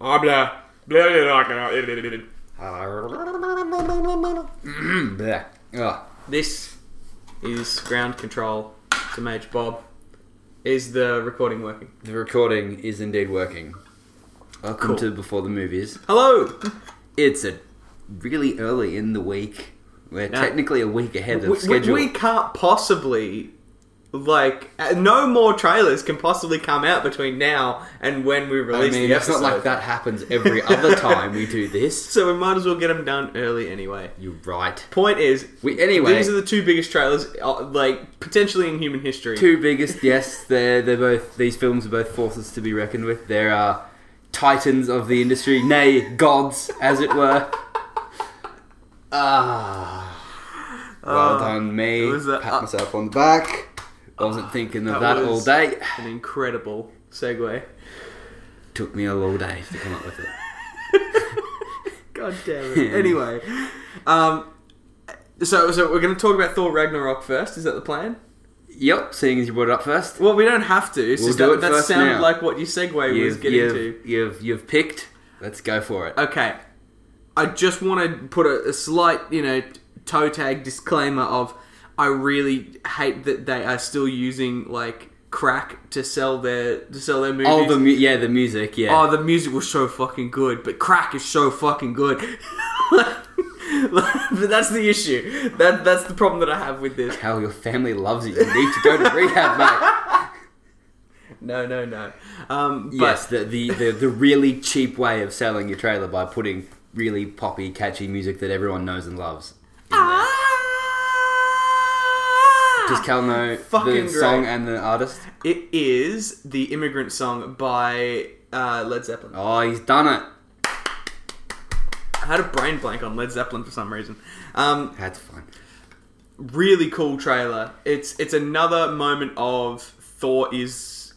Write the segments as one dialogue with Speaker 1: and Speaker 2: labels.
Speaker 1: Ah, blah. Blah, blah, blah, blah, blah, blah.
Speaker 2: Blech. Ugh.
Speaker 3: This is ground control to Mage Bob. Is the recording working?
Speaker 2: The recording is indeed working. Welcome
Speaker 3: Cool.
Speaker 2: to Before the Movies.
Speaker 3: Hello.
Speaker 2: It's a really early in the week. We're
Speaker 3: Now-
Speaker 2: technically a week ahead of
Speaker 3: We,
Speaker 2: schedule.
Speaker 3: we can't possibly, like, uh, no more trailers can possibly come out between now and when we
Speaker 2: I
Speaker 3: release
Speaker 2: mean,
Speaker 3: the
Speaker 2: it's
Speaker 3: episode.
Speaker 2: not like that happens every other time we do this.
Speaker 3: So we might as well get them done early anyway.
Speaker 2: You're right.
Speaker 3: Point is,
Speaker 2: We anyway.
Speaker 3: these are the two biggest trailers, uh, like potentially in human history.
Speaker 2: two biggest. Yes, they're they're both. These films are both forces to be reckoned with. There are titans of the industry, nay, gods, as it were. Ah, well
Speaker 3: Ah,
Speaker 2: done, me.
Speaker 3: it was a- uh, ah,
Speaker 2: Pat myself on the back. Wasn't thinking of
Speaker 3: that
Speaker 2: that, all
Speaker 3: was-
Speaker 2: day.
Speaker 3: An incredible segue.
Speaker 2: Took me a all day to come up with it.
Speaker 3: God damn it. anyway, um, so so we're going to talk about Thor Ragnarok first. Is that the plan?
Speaker 2: Yep, seeing as you brought it up first,
Speaker 3: Well, we don't have to. It's
Speaker 2: We'll
Speaker 3: just
Speaker 2: do
Speaker 3: that,
Speaker 2: it
Speaker 3: that
Speaker 2: first
Speaker 3: sounded
Speaker 2: now.
Speaker 3: like what your segue was
Speaker 2: you've
Speaker 3: getting
Speaker 2: you've,
Speaker 3: to. Oh,
Speaker 2: you've you've picked. Let's go for it.
Speaker 3: Okay, I just want to put a, a slight, you know, toe tag disclaimer of I really hate that they are still using like crack to sell their to sell their movies.
Speaker 2: Oh, the mu- yeah, the music, yeah.
Speaker 3: Oh, the music was so fucking good, but crack is so fucking good. but that's the issue. That that's the problem that I have with this.
Speaker 2: How your family loves you. You need to go to rehab, mate.
Speaker 3: No, no, no. Um, but
Speaker 2: yes, the, the, the, the really cheap way of selling your trailer by putting really poppy, catchy music that everyone knows and loves. in
Speaker 3: Ah!
Speaker 2: there. Does Cal know
Speaker 3: Fucking
Speaker 2: the
Speaker 3: great.
Speaker 2: song and the artist?
Speaker 3: it is the immigrant song by uh, Led Zeppelin.
Speaker 2: Oh, he's done it.
Speaker 3: I had a brain blank on Led Zeppelin for some reason. Um,
Speaker 2: That's fine.
Speaker 3: really cool trailer. It's it's another moment of Thor is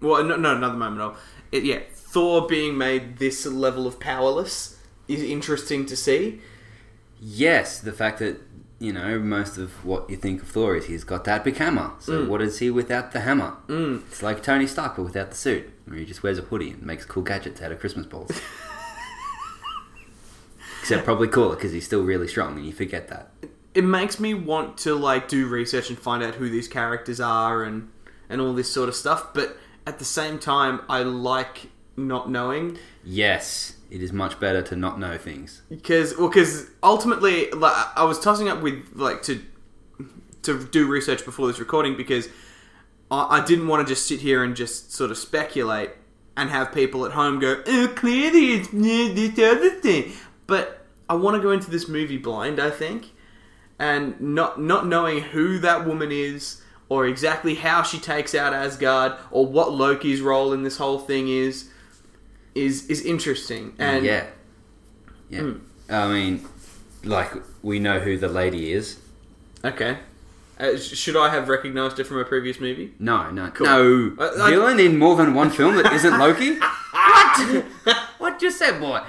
Speaker 3: well, no, no another moment of it, yeah Thor being made this level of powerless is interesting to see.
Speaker 2: Yes, the fact that you know most of what you think of Thor is he's got that big hammer. So
Speaker 3: Mm.
Speaker 2: what is he without the hammer? Mm. It's like Tony Stark but without the suit, where he just wears a hoodie and makes cool gadgets out of Christmas balls. Except probably cooler because he's still really strong, and you forget that.
Speaker 3: It makes me want to like do research and find out who these characters are and and all this sort of stuff. But at the same time, I like not knowing
Speaker 2: Yes, it is much better to not know things.
Speaker 3: because well because ultimately like, I was tossing up with like to to do research before this recording because I, I didn't want to just sit here and just sort of speculate and have people at home go oh clearly it's yeah, this other thing but I want to go into this movie blind I think and not not knowing who that woman is or exactly how she takes out Asgard or what Loki's role in this whole thing is is is interesting and Hmm.
Speaker 2: yeah, yeah. I mean, like we know who the lady is.
Speaker 3: Okay. Uh, sh- should I have recognized it from a previous movie?
Speaker 2: No, no,
Speaker 3: Cool. Uh,
Speaker 2: no.
Speaker 3: I- I-
Speaker 2: Villain in more than one film that isn't Loki. what? what you said, boy?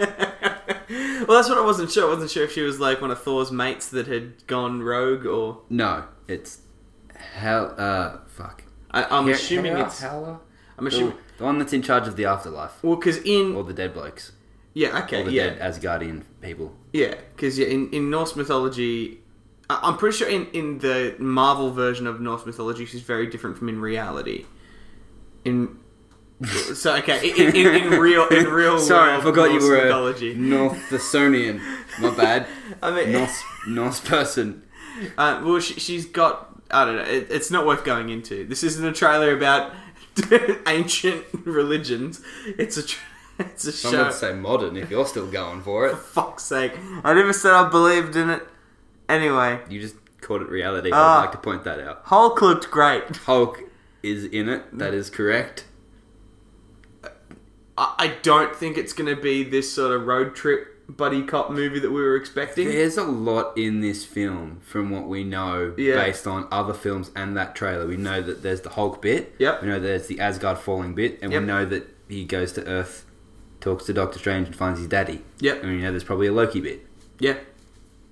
Speaker 3: well, that's what I wasn't sure. I wasn't sure if she was like one of Thor's mates that had gone rogue, or
Speaker 2: No, it's hell. Uh, fuck.
Speaker 3: I, I'm
Speaker 2: Her-
Speaker 3: assuming
Speaker 2: Hela?
Speaker 3: it's.
Speaker 2: Hela?
Speaker 3: I'm
Speaker 2: the,
Speaker 3: assuming.
Speaker 2: the one that's in charge of the afterlife
Speaker 3: Well, because
Speaker 2: or
Speaker 3: in
Speaker 2: the dead blokes
Speaker 3: yeah,
Speaker 2: or
Speaker 3: okay,
Speaker 2: the
Speaker 3: yeah,
Speaker 2: dead Asgardian people.
Speaker 3: yeah, because yeah, in, in Norse mythology, I, I'm pretty sure in in the Marvel version of Norse mythology, she's very different from in reality. In so okay, in, in, in real in real
Speaker 2: Sorry,
Speaker 3: world
Speaker 2: I forgot
Speaker 3: Norse
Speaker 2: you were
Speaker 3: mythology.
Speaker 2: a North Thessonian. My bad.
Speaker 3: I mean,
Speaker 2: Norse Norse person.
Speaker 3: Uh, well, she, she's got. I don't know. It, it's not worth going into. This isn't a trailer about ancient religions. It's a. Tra- it's a
Speaker 2: Some
Speaker 3: show.
Speaker 2: would say modern if you're still going for it.
Speaker 3: For fuck's sake! I never said I believed in it. Anyway,
Speaker 2: You just called it reality.
Speaker 3: Ah.
Speaker 2: I'd like to point that out.
Speaker 3: Hulk looked great.
Speaker 2: Hulk is in it. That is correct.
Speaker 3: I, I don't think it's going to be this sort of road trip buddy cop movie that we were expecting.
Speaker 2: There's a lot in this film from what we know
Speaker 3: Yeah.
Speaker 2: based on other films and that trailer. We know that there's the Hulk bit.
Speaker 3: Yep.
Speaker 2: We know there's the Asgard falling bit, and
Speaker 3: Yep.
Speaker 2: we know that he goes to Earth, talks to Doctor Strange, and finds his daddy.
Speaker 3: Yep.
Speaker 2: And we know there's probably a Loki bit.
Speaker 3: Yeah.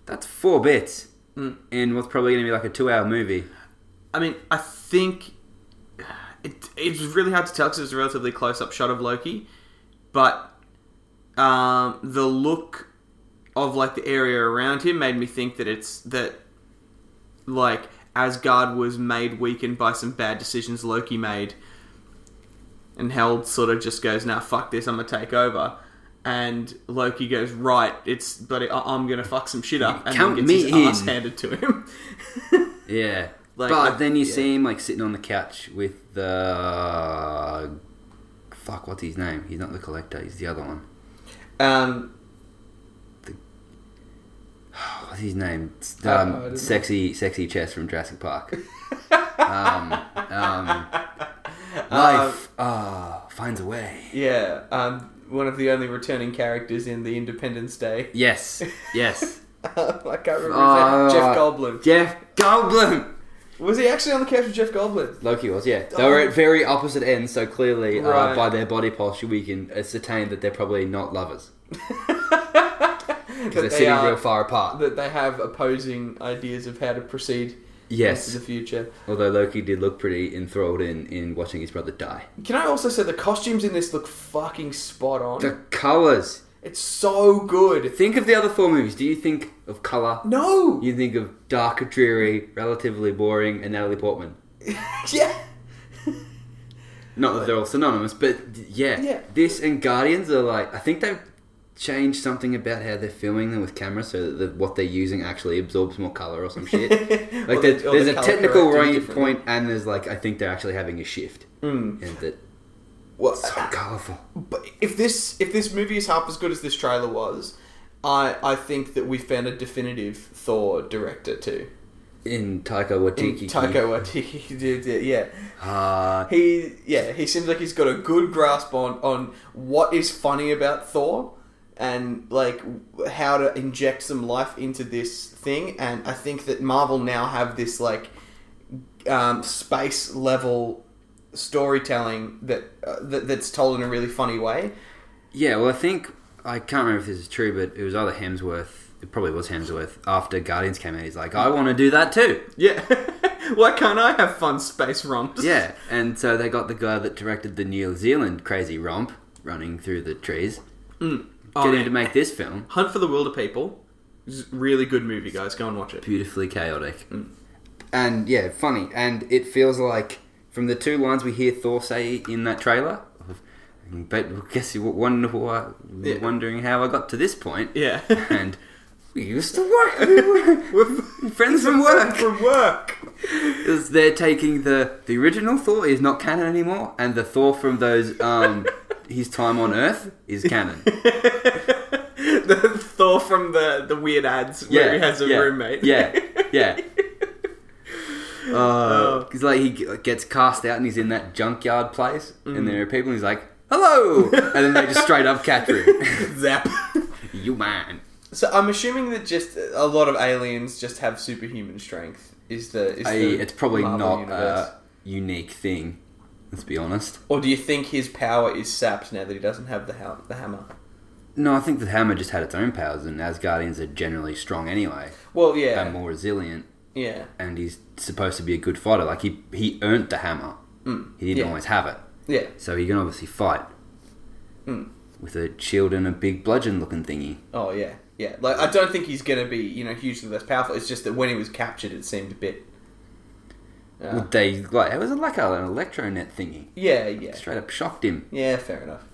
Speaker 2: That's four bits,
Speaker 3: Mm.
Speaker 2: in what's probably going to be like a two-hour movie.
Speaker 3: I mean, I think it, it was really hard to tell because it was a relatively close-up shot of Loki, but um, the look of like the area around him made me think that it's that like Asgard was made weakened by some bad decisions Loki made, and Held sort of just goes, "Now nah, fuck this, I'm gonna take over." And Loki goes, "Right, it's but I- I'm gonna fuck some shit up," and
Speaker 2: Count
Speaker 3: then
Speaker 2: me
Speaker 3: gets his ass
Speaker 2: in.
Speaker 3: handed to him.
Speaker 2: Yeah.
Speaker 3: Like,
Speaker 2: but
Speaker 3: I-
Speaker 2: then you
Speaker 3: yeah.
Speaker 2: see him like sitting on the couch with the fuck. What's his name? He's not the collector. He's the other one.
Speaker 3: um,
Speaker 2: Oh, What's his name? It's,
Speaker 3: Oh,
Speaker 4: I
Speaker 2: Um,
Speaker 4: don't know.
Speaker 2: sexy, sexy chest from Jurassic Park. um, um,
Speaker 3: Um,
Speaker 2: life ah finds a way.
Speaker 3: yeah, um, one of the only returning characters in the Independence Day.
Speaker 2: Yes, yes.
Speaker 3: I can't remember
Speaker 2: Uh,
Speaker 3: his name. Jeff Goldblum.
Speaker 2: Jeff Goldblum.
Speaker 3: Was he actually on the couch with Jeff Goldblum?
Speaker 2: Loki was, yeah. They were at very opposite ends, so clearly uh,
Speaker 3: Oh. Right.
Speaker 2: by their body posture, we can ascertain that they're probably not lovers because
Speaker 3: that they
Speaker 2: they're sitting
Speaker 3: are,
Speaker 2: real far apart.
Speaker 3: that they have opposing ideas of how to proceed into
Speaker 2: Yes,
Speaker 3: the future.
Speaker 2: although Loki did look pretty enthralled in, in watching his brother die.
Speaker 3: Can I also say the costumes in this look fucking spot on?
Speaker 2: The colours.
Speaker 3: it's so good.
Speaker 2: Think of the other four movies. Do you think of colour?
Speaker 3: No.
Speaker 2: You think of dark, dreary, relatively boring, and Natalie Portman.
Speaker 3: yeah.
Speaker 2: Not that they're all synonymous, but d- yeah.
Speaker 3: Yeah.
Speaker 2: This and Guardians are like, I think they've changed something about how they're filming them with cameras so that the, what they're using actually absorbs more colour or some shit. Like,
Speaker 3: Or
Speaker 2: there's,
Speaker 3: the- or
Speaker 2: there's
Speaker 3: the
Speaker 2: a
Speaker 3: colour
Speaker 2: technical
Speaker 3: corrected
Speaker 2: right
Speaker 3: differently.
Speaker 2: point, and there's like, I think they're actually having a shift. Ah.
Speaker 3: Mm.
Speaker 2: And that
Speaker 3: Well,
Speaker 2: so colourful.
Speaker 3: but if this if this movie is half as good as this trailer was, I I think that we found a definitive Thor director too.
Speaker 2: In Taika
Speaker 3: In
Speaker 2: Waititi.
Speaker 3: Taika Waititi did it, yeah.
Speaker 2: Ah,
Speaker 3: He yeah, he seems like he's got a good grasp on on what is funny about Thor and like w- how to inject some life into this thing and I think that Marvel now have this like um, space level storytelling that, uh, that that's told in a really funny way.
Speaker 2: Yeah, well, I think I can't remember if this is true, but it was either Hemsworth. It probably was Hemsworth. After Guardians came out, he's like, "I want to do that too."
Speaker 3: Yeah. Why can't I have fun space romps?
Speaker 2: Yeah, and so they got the guy that directed the New Zealand crazy romp running through the trees.
Speaker 3: Oh,
Speaker 2: Get him
Speaker 3: man.
Speaker 2: to make this film.
Speaker 3: Hunt for the Wilder People. is a Really good movie, guys. Go and watch it.
Speaker 2: Beautifully chaotic,
Speaker 3: Mm.
Speaker 2: and yeah, funny. And it feels like from the two lines we hear Thor say in that trailer. But guess you wonder why,
Speaker 3: Yeah.
Speaker 2: wondering how I got to this point.
Speaker 3: Yeah.
Speaker 2: And we used to work. We were friends from work.
Speaker 3: From work.
Speaker 2: is they're taking the the original Thor is not canon anymore, and the Thor from those um his time on Earth is canon.
Speaker 3: the Thor from the, the weird ads
Speaker 2: Yeah,
Speaker 3: where he has a
Speaker 2: yeah,
Speaker 3: roommate.
Speaker 2: yeah, yeah.
Speaker 3: Oh.
Speaker 2: Because like he g- gets cast out and he's in that junkyard place,
Speaker 3: Mm.
Speaker 2: and there are people, and he's like, "Hello," and then they just straight up catch him.
Speaker 3: Zap.
Speaker 2: you man.
Speaker 3: So I'm assuming that just a lot of aliens just have superhuman strength. Is the is
Speaker 2: I,
Speaker 3: the
Speaker 2: it's probably
Speaker 3: Marvel
Speaker 2: not uh,
Speaker 3: universe.
Speaker 2: a unique thing. Let's be honest.
Speaker 3: Or do you think his power is sapped now that he doesn't have the ha- the hammer?
Speaker 2: No, I think the hammer just had its own powers, and Asgardians are generally strong anyway
Speaker 3: Well, yeah,
Speaker 2: and more resilient.
Speaker 3: yeah,
Speaker 2: and he's supposed to be a good fighter. Like he he earned the hammer.
Speaker 3: Mm.
Speaker 2: He didn't
Speaker 3: Yeah.
Speaker 2: always have it,
Speaker 3: yeah.
Speaker 2: so he can obviously fight
Speaker 3: Mm.
Speaker 2: with a shield and a big bludgeon-looking thingy.
Speaker 3: Oh yeah, yeah. Like I don't think he's gonna be you know hugely less powerful. It's just that when he was captured, it seemed a bit. Uh,
Speaker 2: Would they like? It was like an electro net thingy.
Speaker 3: yeah, yeah,
Speaker 2: Straight up shocked him.
Speaker 3: yeah. Fair enough.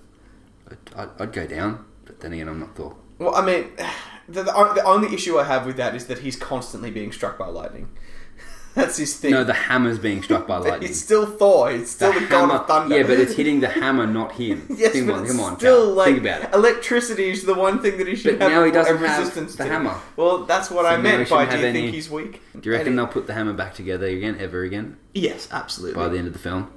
Speaker 2: I'd, I'd, I'd go down, but then again, I'm not Thor.
Speaker 3: Well, I mean, the, the, on- the only issue I have with that is that he's constantly being struck by lightning. That's his thing.
Speaker 2: No, the hammer's being struck by lightning.
Speaker 3: He's still Thor. He's still the, god
Speaker 2: hammer-
Speaker 3: of thunder.
Speaker 2: Yeah, but it's hitting the hammer, not him.
Speaker 3: yes,
Speaker 2: Think
Speaker 3: but
Speaker 2: on-
Speaker 3: it's
Speaker 2: come on,
Speaker 3: still
Speaker 2: Cal.
Speaker 3: like
Speaker 2: think about it.
Speaker 3: electricity is the one thing that he should
Speaker 2: But
Speaker 3: have
Speaker 2: now he
Speaker 3: a
Speaker 2: doesn't have
Speaker 3: resistance
Speaker 2: the
Speaker 3: to.
Speaker 2: hammer.
Speaker 3: Well, that's what
Speaker 2: So
Speaker 3: I
Speaker 2: now he
Speaker 3: meant by
Speaker 2: shouldn't
Speaker 3: do you
Speaker 2: have
Speaker 3: think
Speaker 2: any-
Speaker 3: he's weak?
Speaker 2: Do you reckon
Speaker 3: Any-
Speaker 2: they'll put the hammer back together again, ever again,
Speaker 3: Yes,
Speaker 2: by the
Speaker 3: absolutely.
Speaker 2: end of the film?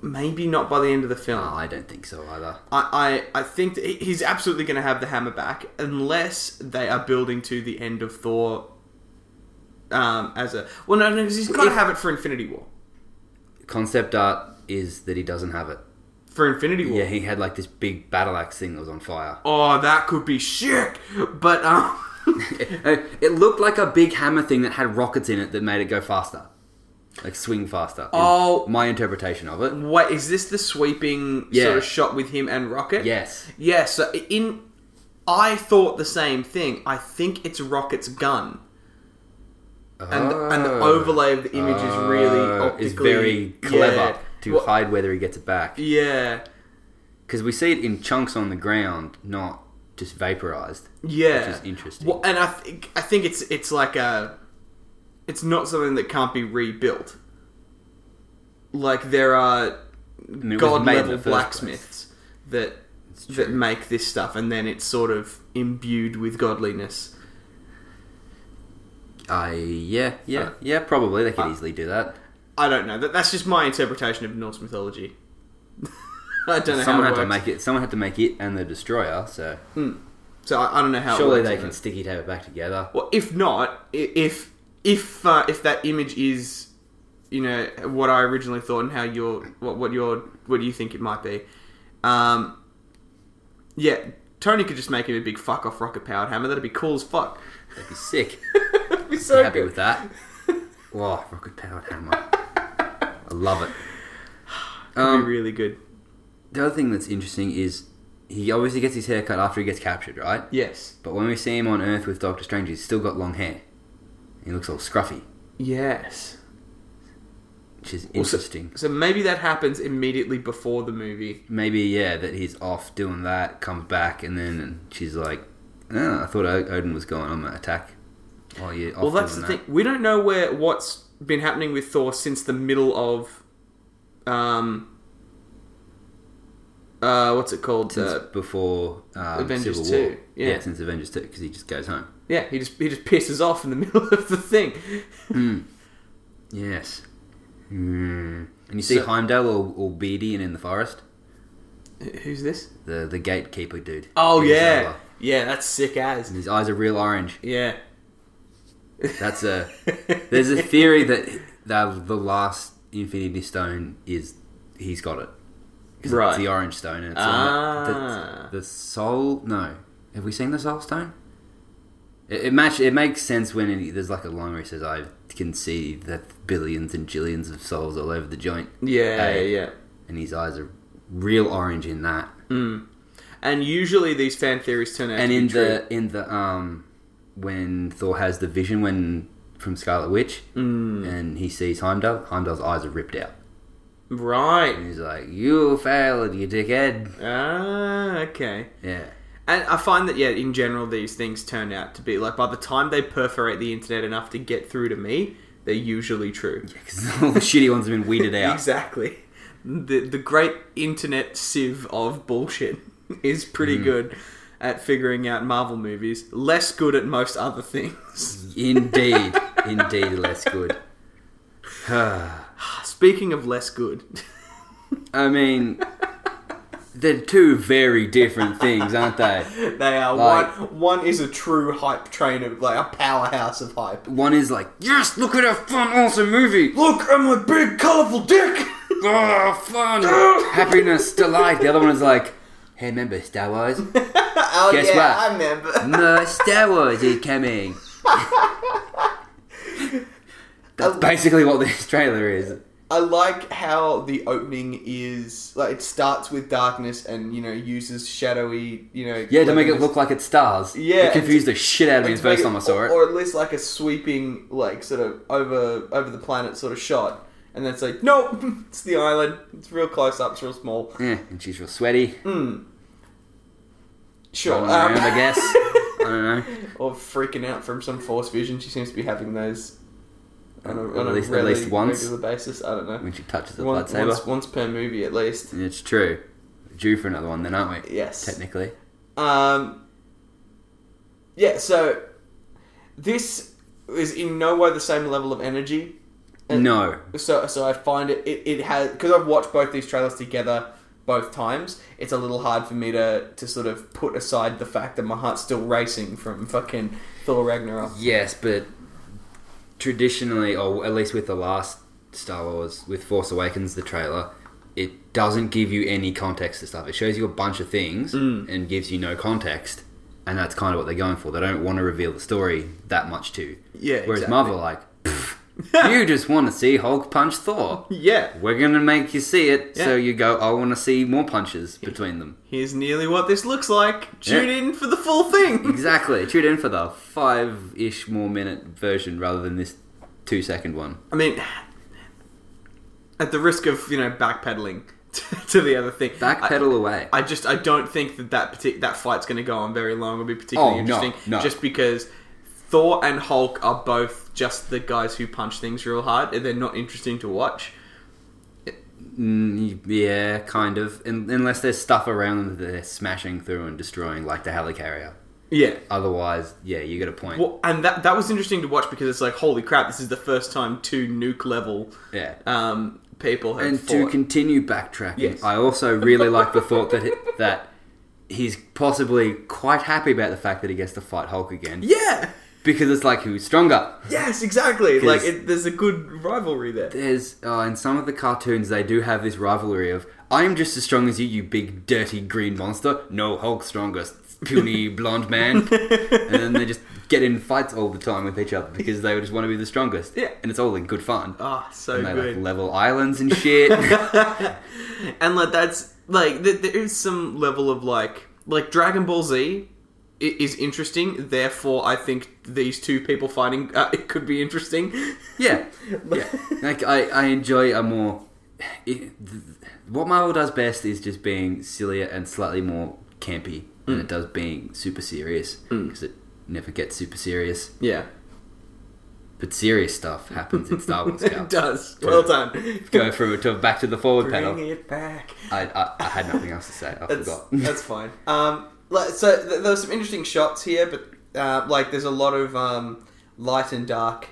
Speaker 3: Maybe not by the end of the film.
Speaker 2: No, I don't think so either.
Speaker 3: I, I, I think that he- he's absolutely going to have the hammer back unless they are building to the end of Thor um, as a. Well, no, no, because he's got to
Speaker 2: If-
Speaker 3: have it for Infinity War.
Speaker 2: concept art is that he doesn't have it.
Speaker 3: For Infinity War.
Speaker 2: Yeah, he had like this big battle axe thing that was on fire.
Speaker 3: Oh, that could be sick! But, um.
Speaker 2: it it looked like a big hammer thing that had rockets in it that made it go faster, like swing faster. is
Speaker 3: Oh.
Speaker 2: my interpretation of it.
Speaker 3: Wait, is this the sweeping
Speaker 2: Yeah.
Speaker 3: sort of shot with him and Rocket?
Speaker 2: Yes,
Speaker 3: Yeah, so in. I thought the same thing. I think it's Rocket's gun, and the, and the
Speaker 2: Oh.
Speaker 3: overlay of the image is really
Speaker 2: Oh,
Speaker 3: optically
Speaker 2: is very clever
Speaker 3: yeah.
Speaker 2: to
Speaker 3: Well,
Speaker 2: hide whether he gets it back
Speaker 3: Yeah,
Speaker 2: because we see it in chunks on the ground, not just vaporized.
Speaker 3: yeah,
Speaker 2: Which is interesting.
Speaker 3: Well, and I think I think it's it's like a, it's not something that can't be rebuilt. Like there are
Speaker 2: I mean, it was
Speaker 3: god
Speaker 2: made in
Speaker 3: level
Speaker 2: the first place.
Speaker 3: blacksmiths that that
Speaker 2: true.
Speaker 3: make this stuff, and then it's sort of imbued with godliness.
Speaker 2: I Ah, yeah yeah
Speaker 3: Uh,
Speaker 2: yeah probably they could
Speaker 3: uh,
Speaker 2: easily do that.
Speaker 3: I don't know. That that's just my interpretation of Norse mythology. I don't know
Speaker 2: Someone
Speaker 3: how
Speaker 2: had
Speaker 3: it works.
Speaker 2: to
Speaker 3: Hmm.
Speaker 2: make it. Someone had to make it and the destroyer. So
Speaker 3: So I, I don't know how.
Speaker 2: surely
Speaker 3: it works
Speaker 2: they
Speaker 3: in
Speaker 2: can
Speaker 3: that.
Speaker 2: sticky tape it back together.
Speaker 3: Well, if not, i- if if uh, if that image is, you know, what I originally thought and how your what what your what do you think it might be? Um, yeah, Tony could just make him a big fuck off rocket powered hammer. That'd be cool as fuck.
Speaker 2: That'd be sick.
Speaker 3: That'd be so
Speaker 2: happy
Speaker 3: good.
Speaker 2: with that. Wow, rocket powered hammer. I love it.
Speaker 3: That'd
Speaker 2: Um,
Speaker 3: be really good.
Speaker 2: The other thing that's interesting is he obviously gets his hair cut after he gets captured, right?
Speaker 3: Yes.
Speaker 2: But when we see him on Earth with Doctor Strange, he's still got long hair. He looks all scruffy,
Speaker 3: Yes.
Speaker 2: which is
Speaker 3: Also-
Speaker 2: interesting.
Speaker 3: So maybe that happens immediately before the movie.
Speaker 2: Maybe yeah, that he's off doing that, comes back, and then and she's like, oh, "I thought O- Odin was going on that attack." While you're off
Speaker 3: Well, that's the
Speaker 2: doing
Speaker 3: thing. We don't know where what's been happening with Thor since the middle of, um, uh, what's it called?
Speaker 2: that.
Speaker 3: Uh,
Speaker 2: Since before um,
Speaker 3: Avengers
Speaker 2: Civil War.
Speaker 3: 2, yeah.
Speaker 2: since Avengers Two, because he just goes home.
Speaker 3: yeah, he just he just pisses off in the middle of the thing.
Speaker 2: Yes. Mm. And you see
Speaker 3: So-
Speaker 2: Heimdall or, or Beardy in, in the forest?
Speaker 3: Who's this?
Speaker 2: The the gatekeeper dude.
Speaker 3: Oh
Speaker 2: He's
Speaker 3: yeah,
Speaker 2: another.
Speaker 3: yeah, that's sick as
Speaker 2: And his eyes are real orange.
Speaker 3: yeah.
Speaker 2: That's a there's a theory that that the last Infinity Stone is he's got it. 'Cause
Speaker 3: Right.
Speaker 2: It's the orange stone and it's on
Speaker 3: Ah.
Speaker 2: the, the, the soul no. Have we seen the soul stone? It, it match it makes sense when it, there's like a line where he says I can see that billions and jillions of souls all over the joint.
Speaker 3: yeah,
Speaker 2: Hey.
Speaker 3: yeah.
Speaker 2: and his eyes are real orange in that.
Speaker 3: Mm. And usually these fan theories turn out
Speaker 2: and
Speaker 3: to
Speaker 2: in
Speaker 3: be true.
Speaker 2: the in the um when Thor has the vision when from Scarlet Witch
Speaker 3: Mm.
Speaker 2: and he sees Heimdall, Heimdall's eyes are ripped out.
Speaker 3: right.
Speaker 2: And he's like, You failed, you dickhead.
Speaker 3: Ah, okay.
Speaker 2: Yeah.
Speaker 3: And I find that yeah, in general, these things turn out to be like by the time they perforate the internet enough to get through to me, they're usually true.
Speaker 2: Because all the shitty ones have been weeded out.
Speaker 3: Exactly. The the great internet sieve of bullshit is
Speaker 2: Mm.
Speaker 3: pretty good at figuring out Marvel movies. Less good at most other things.
Speaker 2: Indeed. Indeed, less good.
Speaker 3: Speaking of less good,
Speaker 2: I mean, they're two very different things, aren't they?
Speaker 3: they are
Speaker 2: Like-
Speaker 3: one one is a true hype train of like a powerhouse of hype.
Speaker 2: One is like, Yes, look at a fun, awesome movie.
Speaker 3: Look, I'm a big colorful dick.
Speaker 2: Oh, fun! Happiness, delight. The other one is like, hey, remember Star Wars?
Speaker 3: oh
Speaker 2: Guess
Speaker 3: yeah,
Speaker 2: what?
Speaker 3: I remember.
Speaker 2: No, Star Wars is coming. That's
Speaker 3: Oh.
Speaker 2: basically what this trailer is.
Speaker 3: I like how the opening is like it starts with darkness and you know uses shadowy you know
Speaker 2: Yeah, to make it
Speaker 3: cleverness.
Speaker 2: look like it's stars.
Speaker 3: Yeah,
Speaker 2: It confused the shit out of me the
Speaker 3: To make
Speaker 2: first time I saw it.
Speaker 3: or at least like a sweeping like sort of over over the planet sort of shot and then it's like nope it's the island it's real close up it's real small Hmm.
Speaker 2: Yeah, and she's real sweaty.
Speaker 3: Oh, sure
Speaker 2: Running
Speaker 3: um,
Speaker 2: around, I guess. I don't know.
Speaker 3: or freaking out from some force vision she seems to be having those on a,
Speaker 2: At
Speaker 3: on a
Speaker 2: least- at
Speaker 3: really
Speaker 2: least once.
Speaker 3: regular basis I don't know
Speaker 2: When she touches the
Speaker 3: once,
Speaker 2: lightsaber.
Speaker 3: once, once per movie at least
Speaker 2: And It's true. We're due for another one then, aren't we?
Speaker 3: yes
Speaker 2: Technically.
Speaker 3: Um, yeah, so this is in no way the same level of energy. And
Speaker 2: No.
Speaker 3: So, so I find it, it, it has, because I've watched both these trailers together both times, it's a little hard for me to, to sort of put aside the fact that my heart's still racing from fucking Thor Ragnarok.
Speaker 2: Yes, but traditionally, or at least with the last Star Wars, with Force Awakens, the trailer, it doesn't give you any context to stuff. It shows you a bunch of things
Speaker 3: Mm.
Speaker 2: and gives you no context, and that's kind of what they're going for. They don't want to reveal the story that much too.
Speaker 3: Yeah,
Speaker 2: Whereas
Speaker 3: exactly.
Speaker 2: Marvel, are like, "Pfft, you just want to see Hulk punch Thor.
Speaker 3: Yeah.
Speaker 2: We're gonna make you see it, so
Speaker 3: Yeah.
Speaker 2: you go. I want to see more punches between them.
Speaker 3: Here's nearly what this looks like. Tune
Speaker 2: Yeah.
Speaker 3: in for the full thing.
Speaker 2: Exactly. Tune in for the five-ish more minute version rather than this two-second one.
Speaker 3: I mean, at the risk of you know backpedaling to the other thing, I-
Speaker 2: Backpedal away.
Speaker 3: I just I don't think that that partic- that fight's going to go on very long or be particularly
Speaker 2: Oh, no,
Speaker 3: interesting.
Speaker 2: no.
Speaker 3: Just because Thor and Hulk are both just the guys who punch things real hard, and they're not interesting to watch.
Speaker 2: Mm, yeah, kind of. Un unless there's stuff around them that they're smashing through and destroying, like the helicarrier.
Speaker 3: Yeah.
Speaker 2: Otherwise, yeah, you get a point.
Speaker 3: Well, and that that was interesting to watch because it's like holy crap, this is the first time two nuke level
Speaker 2: yeah.
Speaker 3: um, people have
Speaker 2: And to
Speaker 3: fought.
Speaker 2: continue backtracking,
Speaker 3: Yes.
Speaker 2: I also really like the thought that he- that he's possibly quite happy about the fact that he gets to fight Hulk again
Speaker 3: yeah.
Speaker 2: because it's like who's stronger.
Speaker 3: Yes, exactly.
Speaker 2: 'Cause-
Speaker 3: Like it, there's a good rivalry there.
Speaker 2: There's uh, in some of the cartoons they do have this rivalry of I am just as strong as you, you big dirty green monster. No, Hulk strongest, puny blonde man. and then they just get in fights all the time with each other because they just want to be the strongest.
Speaker 3: Yeah.
Speaker 2: and it's all in good fun.
Speaker 3: Ah, so
Speaker 2: and they
Speaker 3: good.
Speaker 2: like level islands and shit.
Speaker 3: and like that's like th- there is some level of like like Dragon Ball Z i- is interesting. Therefore, I think these two people fighting uh, it could be interesting.
Speaker 2: Yeah, yeah. Like I, I enjoy a more. It, th- what Marvel does best is just being sillier and slightly more campy
Speaker 3: Mm.
Speaker 2: than it does being super serious because it never gets super serious.
Speaker 3: yeah,
Speaker 2: But serious stuff happens in Star Wars.
Speaker 3: it
Speaker 2: Cal.
Speaker 3: does. Well done.
Speaker 2: Go through to back to the forward
Speaker 3: Bring
Speaker 2: panel.
Speaker 3: it back.
Speaker 2: I, I, I had nothing else to say. I
Speaker 3: That's
Speaker 2: forgot.
Speaker 3: that's fine. Um, like, so th- there were some interesting shots here, but uh, like there's a lot of um, light and dark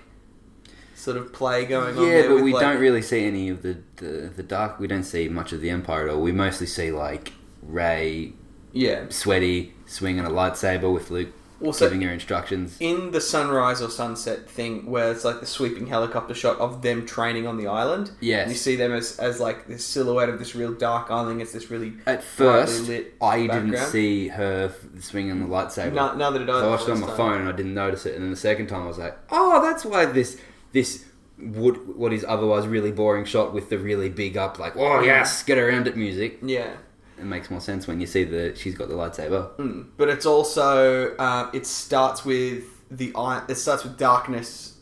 Speaker 3: sort of play going on.
Speaker 2: Yeah,
Speaker 3: there
Speaker 2: but
Speaker 3: with,
Speaker 2: we
Speaker 3: like-
Speaker 2: don't really see any of the, the the dark. We don't see much of the Empire at all. We mostly see like Ray
Speaker 3: Yeah.
Speaker 2: sweaty swinging a lightsaber with Luke
Speaker 3: Also,
Speaker 2: giving her instructions.
Speaker 3: in the sunrise or sunset thing where it's like the sweeping helicopter shot of them training on the island.
Speaker 2: Yes.
Speaker 3: And you see them as, as like this silhouette of this real dark island against this really.
Speaker 2: At first,
Speaker 3: brightly lit
Speaker 2: I didn't
Speaker 3: background.
Speaker 2: see her f- swinging the lightsaber.
Speaker 3: No, now that it does.
Speaker 2: I watched it on my phone and I didn't notice it. And then the second time, I was like, "Oh, that's why this this would what is otherwise really boring shot with the really big up like, oh
Speaker 3: Mm.
Speaker 2: yes, get around it music.
Speaker 3: Yeah.
Speaker 2: It makes more sense when you see that she's got the lightsaber.
Speaker 3: Mm. But it's also. Uh, it starts with the i- It starts with darkness,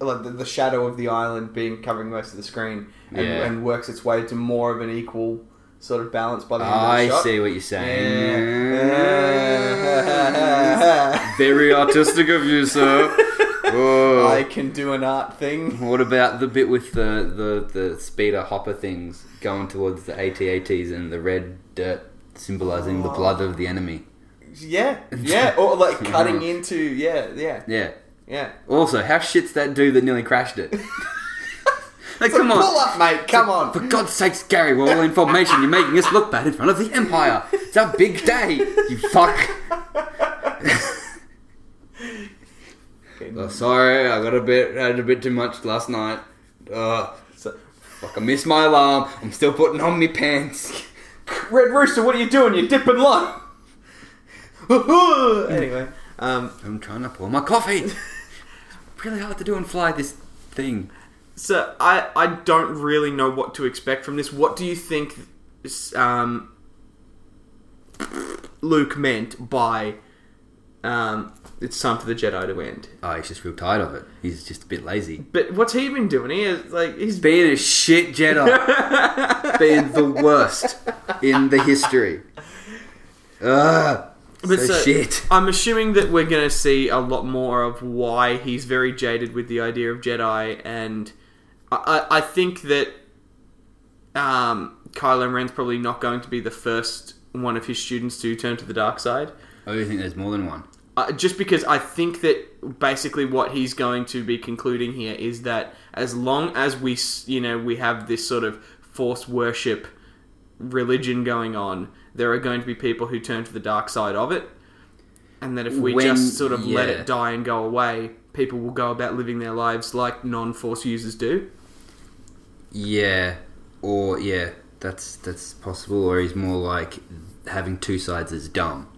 Speaker 3: like the, the shadow of the island being covering most of the screen and,
Speaker 2: Yeah.
Speaker 3: and works its way to more of an equal sort of balance by the end of the
Speaker 2: I
Speaker 3: shot.
Speaker 2: see what you're saying.
Speaker 3: Yeah.
Speaker 2: Very artistic of you, sir. Whoa.
Speaker 3: I can do an art thing.
Speaker 2: What about the bit with the, the, the speeder hopper things going towards the ATATs and the red dirt symbolizing
Speaker 3: Oh.
Speaker 2: the blood of the enemy?
Speaker 3: Yeah, yeah, or like cutting into yeah, yeah,
Speaker 2: Yeah.
Speaker 3: yeah.
Speaker 2: Also, how shit's that dude that nearly crashed it? like, come on.
Speaker 3: Pull up, mate. Come
Speaker 2: For
Speaker 3: on.
Speaker 2: God's sakes, Gary, we're all in formation. You're making us look bad in front of the Empire. It's our big day, you fuck. Oh, sorry, I got a bit, had a bit too much last night. Uh,
Speaker 3: So-
Speaker 2: fuck, I missed my alarm. I'm still putting on my pants.
Speaker 3: Red Rooster, what are you doing? You're dipping low. anyway, um,
Speaker 2: I'm trying to pour my coffee. It's really hard to do and fly this thing.
Speaker 3: so I I don't really know what to expect from this. What do you think, um, Luke meant by, um, it's time for the Jedi to end?
Speaker 2: Oh, he's just real tired of it. He's just a bit lazy.
Speaker 3: But what's he been doing? He is like he's
Speaker 2: Being a shit Jedi. Being the worst in the history. Ugh.
Speaker 3: But
Speaker 2: so
Speaker 3: so-
Speaker 2: shit.
Speaker 3: I'm assuming that we're going to see a lot more of why he's very jaded with the idea of Jedi, and I, I I think that um, Kylo Ren's probably not going to be the first one of his students to turn to the dark side.
Speaker 2: Oh, you think there's more than one?
Speaker 3: Uh, just because I think that basically what he's going to be concluding here is that as long as we, s- you know, we have this sort of force worship religion going on, there are going to be people who turn to the dark side of it, and that if we
Speaker 2: When-
Speaker 3: just sort of let
Speaker 2: yeah.
Speaker 3: it die and go away, people will go about living their lives like non-force users do.
Speaker 2: Yeah, or yeah, that's that's possible. Or he's more like Mm. having two sides is dumb.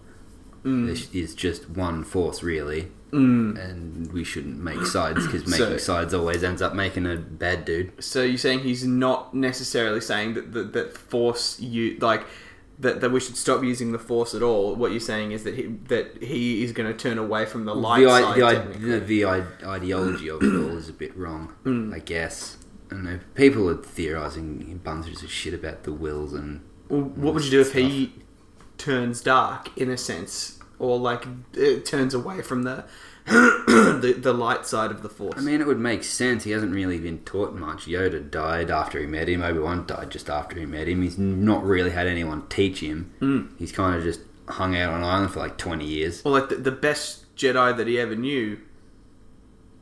Speaker 2: This is just one force, really, and we shouldn't make sides because
Speaker 3: So-
Speaker 2: making sides always ends up making a bad dude.
Speaker 3: So you're saying he's not necessarily saying that that, that force you like that, that we should stop using the force at all. What you're saying is that he that he is going to turn away from the light
Speaker 2: the, i-
Speaker 3: side.
Speaker 2: the, i-
Speaker 3: technically.
Speaker 2: the, the i- ideology of it all is a bit wrong, I guess. I don't know. People are theorizing bunches of shit about the wills and
Speaker 3: Well, what would you do if he turns dark in a sense, or like uh, turns away from the, the the light side of the force?
Speaker 2: I mean, it would make sense. He hasn't really been taught much. Yoda died after he met him. Obi Wan died just after he met him. He's not really had anyone teach him. Mm. He's kind of just hung out on an island for like 20 years.
Speaker 3: well, like the, the best Jedi that he ever knew,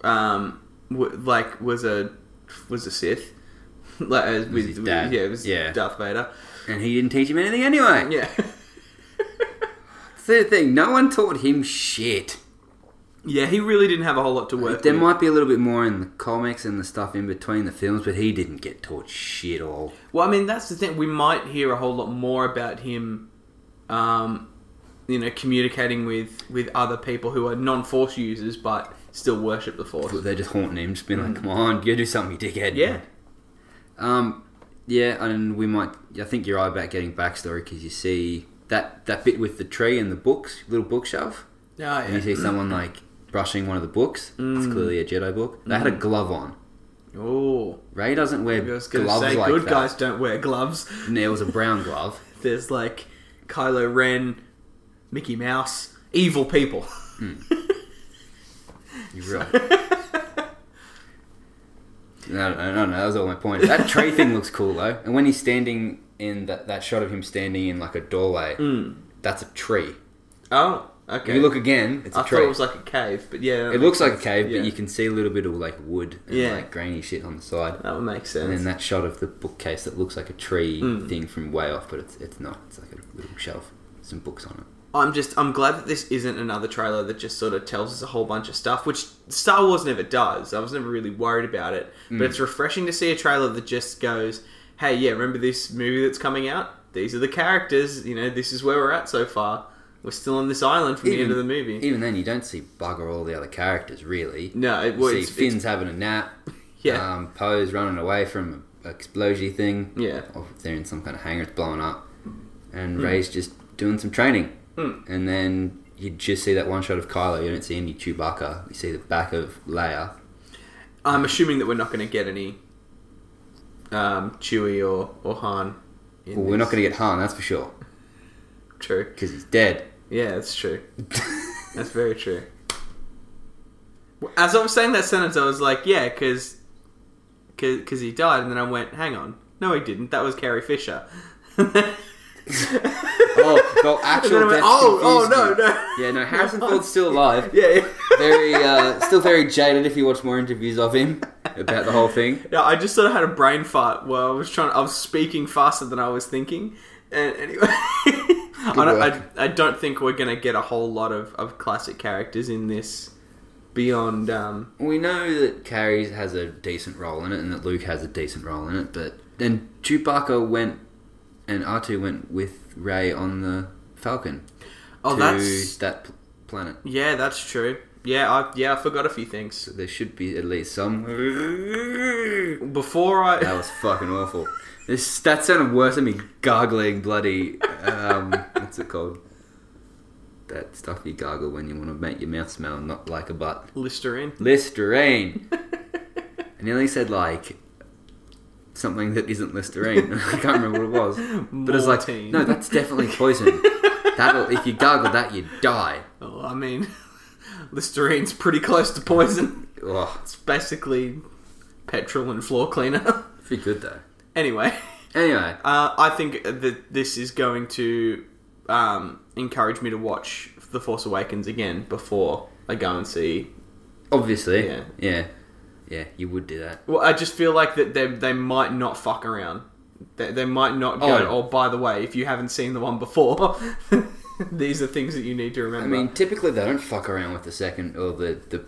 Speaker 3: um, w- like was a was a Sith, like uh, with,
Speaker 2: his
Speaker 3: with-
Speaker 2: dad.
Speaker 3: yeah, it was
Speaker 2: Yeah.
Speaker 3: Darth Vader,
Speaker 2: And he didn't teach him anything anyway.
Speaker 3: yeah,
Speaker 2: That's the thing. No one taught him shit.
Speaker 3: yeah. He really didn't have a whole lot to work.
Speaker 2: There
Speaker 3: with.
Speaker 2: might be a little bit more in the comics and the stuff in between the films, but he didn't get taught shit all.
Speaker 3: Well, I mean, that's the thing. We might hear a whole lot more about him, um, you know, communicating with with other people who are non-force users but still worship the force.
Speaker 2: They're just haunting him, just being like, come on, go do something, you dickhead.
Speaker 3: Mm. Yeah,
Speaker 2: Um, yeah, and we might. I think you're right about getting backstory because you see that that bit with the tree and the books, little bookshelf,
Speaker 3: Ah,
Speaker 2: and you see someone like brushing one of the books.
Speaker 3: Mm.
Speaker 2: It's clearly a Jedi book. They had a glove on.
Speaker 3: Oh,
Speaker 2: Ray doesn't wear
Speaker 3: Mm. I was going to
Speaker 2: gloves
Speaker 3: say,
Speaker 2: like
Speaker 3: good
Speaker 2: that.
Speaker 3: guys don't wear gloves.
Speaker 2: And there was a brown glove.
Speaker 3: There's like Kylo Ren, Mickey Mouse, evil people.
Speaker 2: Hmm. You're right. No, no, no, no, that was all my point. That tree thing looks cool though, and when he's standing in that, that shot of him standing in like a doorway, that's a tree.
Speaker 3: Hmm. Oh, Mm.
Speaker 2: If
Speaker 3: okay.
Speaker 2: you look again, it's a
Speaker 3: I
Speaker 2: tree.
Speaker 3: thought it was like a cave, but yeah, that
Speaker 2: It
Speaker 3: makes
Speaker 2: looks like a
Speaker 3: sense.
Speaker 2: cave,
Speaker 3: Yeah.
Speaker 2: but you can see a little bit of like wood and
Speaker 3: Yeah.
Speaker 2: like grainy shit on the side.
Speaker 3: that would make
Speaker 2: And then
Speaker 3: sense.
Speaker 2: that shot of the bookcase that looks like a tree
Speaker 3: Hmm.
Speaker 2: thing from way off, but it's it's not. It's like a little shelf, some books on it.
Speaker 3: I'm just I'm glad that this isn't another trailer that just sort of tells us a whole bunch of stuff, which Star Wars never does. I was never really worried about it, but
Speaker 2: Mm.
Speaker 3: it's refreshing to see a trailer that just goes, "Hey, yeah, remember this movie that's coming out? These are the characters. You know, this is where we're at so far. We're still on this island from the end of the movie."
Speaker 2: Even then, you don't see bugger all the other characters really.
Speaker 3: no, it
Speaker 2: You
Speaker 3: was
Speaker 2: see Finn's having a nap.
Speaker 3: yeah,
Speaker 2: Um, Poe's running away from an explosion thing.
Speaker 3: Yeah.
Speaker 2: Or they're in some kind of hangar, it's blowing up.
Speaker 3: Hmm.
Speaker 2: And Ray's just doing some training.
Speaker 3: Mm.
Speaker 2: And then you just see that one shot of Kylo. You don't see any Chewbacca. You see the back of Leia.
Speaker 3: I'm assuming that we're not going to get any um, Chewie or or Han. in
Speaker 2: Well, we're not
Speaker 3: this.
Speaker 2: going to get Han, that's for sure,
Speaker 3: True.
Speaker 2: because he's dead.
Speaker 3: Yeah, that's true. That's very true. As I was saying that sentence, I was like, yeah, because because he died, and then I went, hang on, no, he didn't. That was Carrie Fisher.
Speaker 2: oh, well,
Speaker 3: And then
Speaker 2: actual
Speaker 3: I went,
Speaker 2: death.
Speaker 3: oh, oh, no,
Speaker 2: confused me.
Speaker 3: no.
Speaker 2: Yeah, no, Harrison Ford's still alive.
Speaker 3: Yeah, yeah.
Speaker 2: Very, uh, still very jaded. If you watch more interviews of him about the whole thing,
Speaker 3: No, I just sort of had a brain fart where I was trying. I was speaking faster than I was thinking, and anyway, I, don't, I,
Speaker 2: work.
Speaker 3: I don't think we're gonna get a whole lot of, of classic characters in this beyond. Um,
Speaker 2: we know that Carrie has a decent role in it, and that Luke has a decent role in it. But then Chewbacca went, and R two went with Ray on the Falcon
Speaker 3: oh,
Speaker 2: to
Speaker 3: that's
Speaker 2: that pl- planet.
Speaker 3: yeah, that's true. Yeah, I yeah, I forgot a few things
Speaker 2: So there should be at least some.
Speaker 3: before I.
Speaker 2: That was fucking awful. This that sounded worse than me gargling bloody um what's it called? That stuff you gargle when you want to make your mouth smell not like a butt.
Speaker 3: Listerine.
Speaker 2: Listerine. I nearly said like something that isn't Listerine. I can't remember what it was. But it's like
Speaker 3: Mortine.
Speaker 2: no, that's definitely poison. That'll if you gargle that you die.
Speaker 3: Oh, I mean, Listerine's pretty close to poison.
Speaker 2: Oh,
Speaker 3: It's basically petrol and floor cleaner.
Speaker 2: it's pretty good though.
Speaker 3: anyway,
Speaker 2: Anyway,
Speaker 3: uh, I think that this is going to um, encourage me to watch The Force Awakens again before I go and see.
Speaker 2: obviously,
Speaker 3: Yeah.
Speaker 2: yeah, yeah, you would do that.
Speaker 3: Well, I just feel like that they they might not fuck around. They, they might not go.
Speaker 2: Oh.
Speaker 3: Oh. by the way, if you haven't seen the one before, these are things that you need to remember.
Speaker 2: I mean, typically they don't fuck around with the second or the the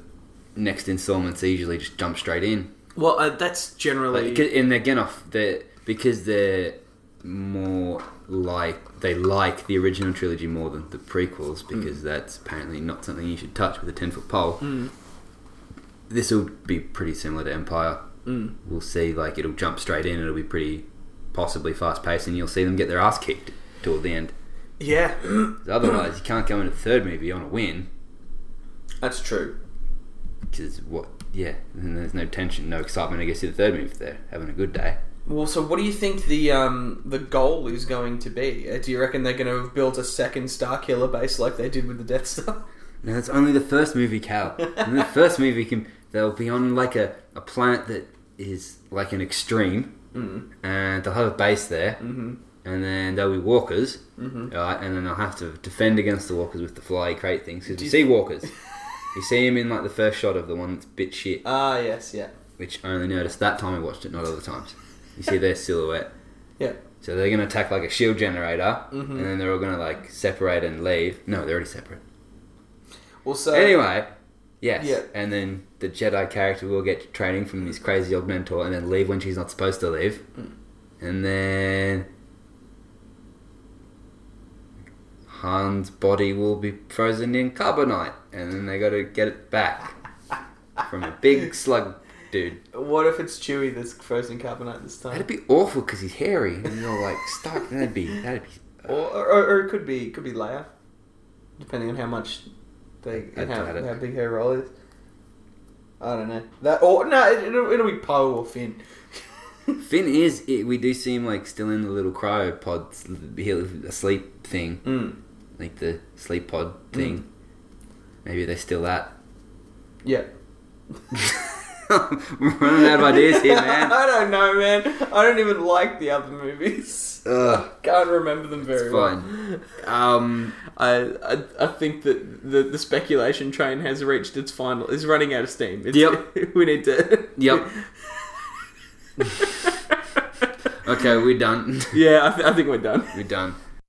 Speaker 2: next installments. They usually just jump straight in,
Speaker 3: well, uh, that's generally
Speaker 2: like, 'cause- and they're gonna f- they're because they're more like they like the original trilogy more than the prequels because that's apparently not something you should touch with a ten foot pole. This will be pretty similar to Empire. Mm. We'll see. Like it'll jump straight in. It'll be pretty possibly fast paced, and you'll see them get their ass kicked toward the end.
Speaker 3: Yeah,
Speaker 2: 'Cause Otherwise, you can't go into the third movie on a win
Speaker 3: that's true.
Speaker 2: because what? Yeah, and there's no tension, no excitement. I guess in the third movie, if they're having a good day.
Speaker 3: Well, so what do you think the um, the goal is going to be? Uh, Do you reckon they're going to have built a second Star Killer base like they did with the Death Star?
Speaker 2: No, that's only the first movie, Cal. and the first movie can they'll be on like a, a planet that is like an extreme,
Speaker 3: Mm.
Speaker 2: and they'll have a base there,
Speaker 3: Mm-hmm.
Speaker 2: and then there'll be walkers,
Speaker 3: Mhm.
Speaker 2: right? And then they'll have to defend against the walkers with the fly crate things because
Speaker 3: Do
Speaker 2: you
Speaker 3: you-
Speaker 2: see walkers. you see him in like the first shot of the one that's bit shit,
Speaker 3: Ah, yes, yeah,
Speaker 2: which I only noticed that time I watched it, not other times. You see their silhouette.
Speaker 3: yeah.
Speaker 2: So they're gonna attack like a shield generator,
Speaker 3: Mhm.
Speaker 2: and then they're all gonna like separate and leave. No, they're already separate.
Speaker 3: Well, so
Speaker 2: anyway, yes.
Speaker 3: Yeah.
Speaker 2: And then the Jedi character will get training from this crazy old mentor and then leave when she's not supposed to leave.
Speaker 3: mm.
Speaker 2: And then. Han's body will be frozen in carbonite. And then they gotta get it back from a big slug dude.
Speaker 3: what if it's Chewie that's frozen carbonite this time?
Speaker 2: That'd be awful because he's hairy and you're like stuck. That'd be. That'd be.
Speaker 3: or, or, or it could be could be Leia, depending on how much they
Speaker 2: I
Speaker 3: how,
Speaker 2: doubt it.
Speaker 3: how big her role is. I don't know that or no, it, it'll, it'll be Poe or Finn.
Speaker 2: Finn is. It, we do see him like still in the little cryo pod, asleep thing.
Speaker 3: Mm.
Speaker 2: like the sleep pod thing. Maybe they steal that.
Speaker 3: Yeah,
Speaker 2: We're running out of ideas here, man.
Speaker 3: I don't know, man. I don't even like the other movies.
Speaker 2: Ugh,
Speaker 3: Can't remember them very
Speaker 2: it's
Speaker 3: well.
Speaker 2: fine. Um,
Speaker 3: I, I I think that the the speculation train has reached its final. Is running out of steam. It's,
Speaker 2: Yep.
Speaker 3: we need to.
Speaker 2: Yep. okay, we're done.
Speaker 3: Yeah, I, th- I think we're done.
Speaker 2: we're done.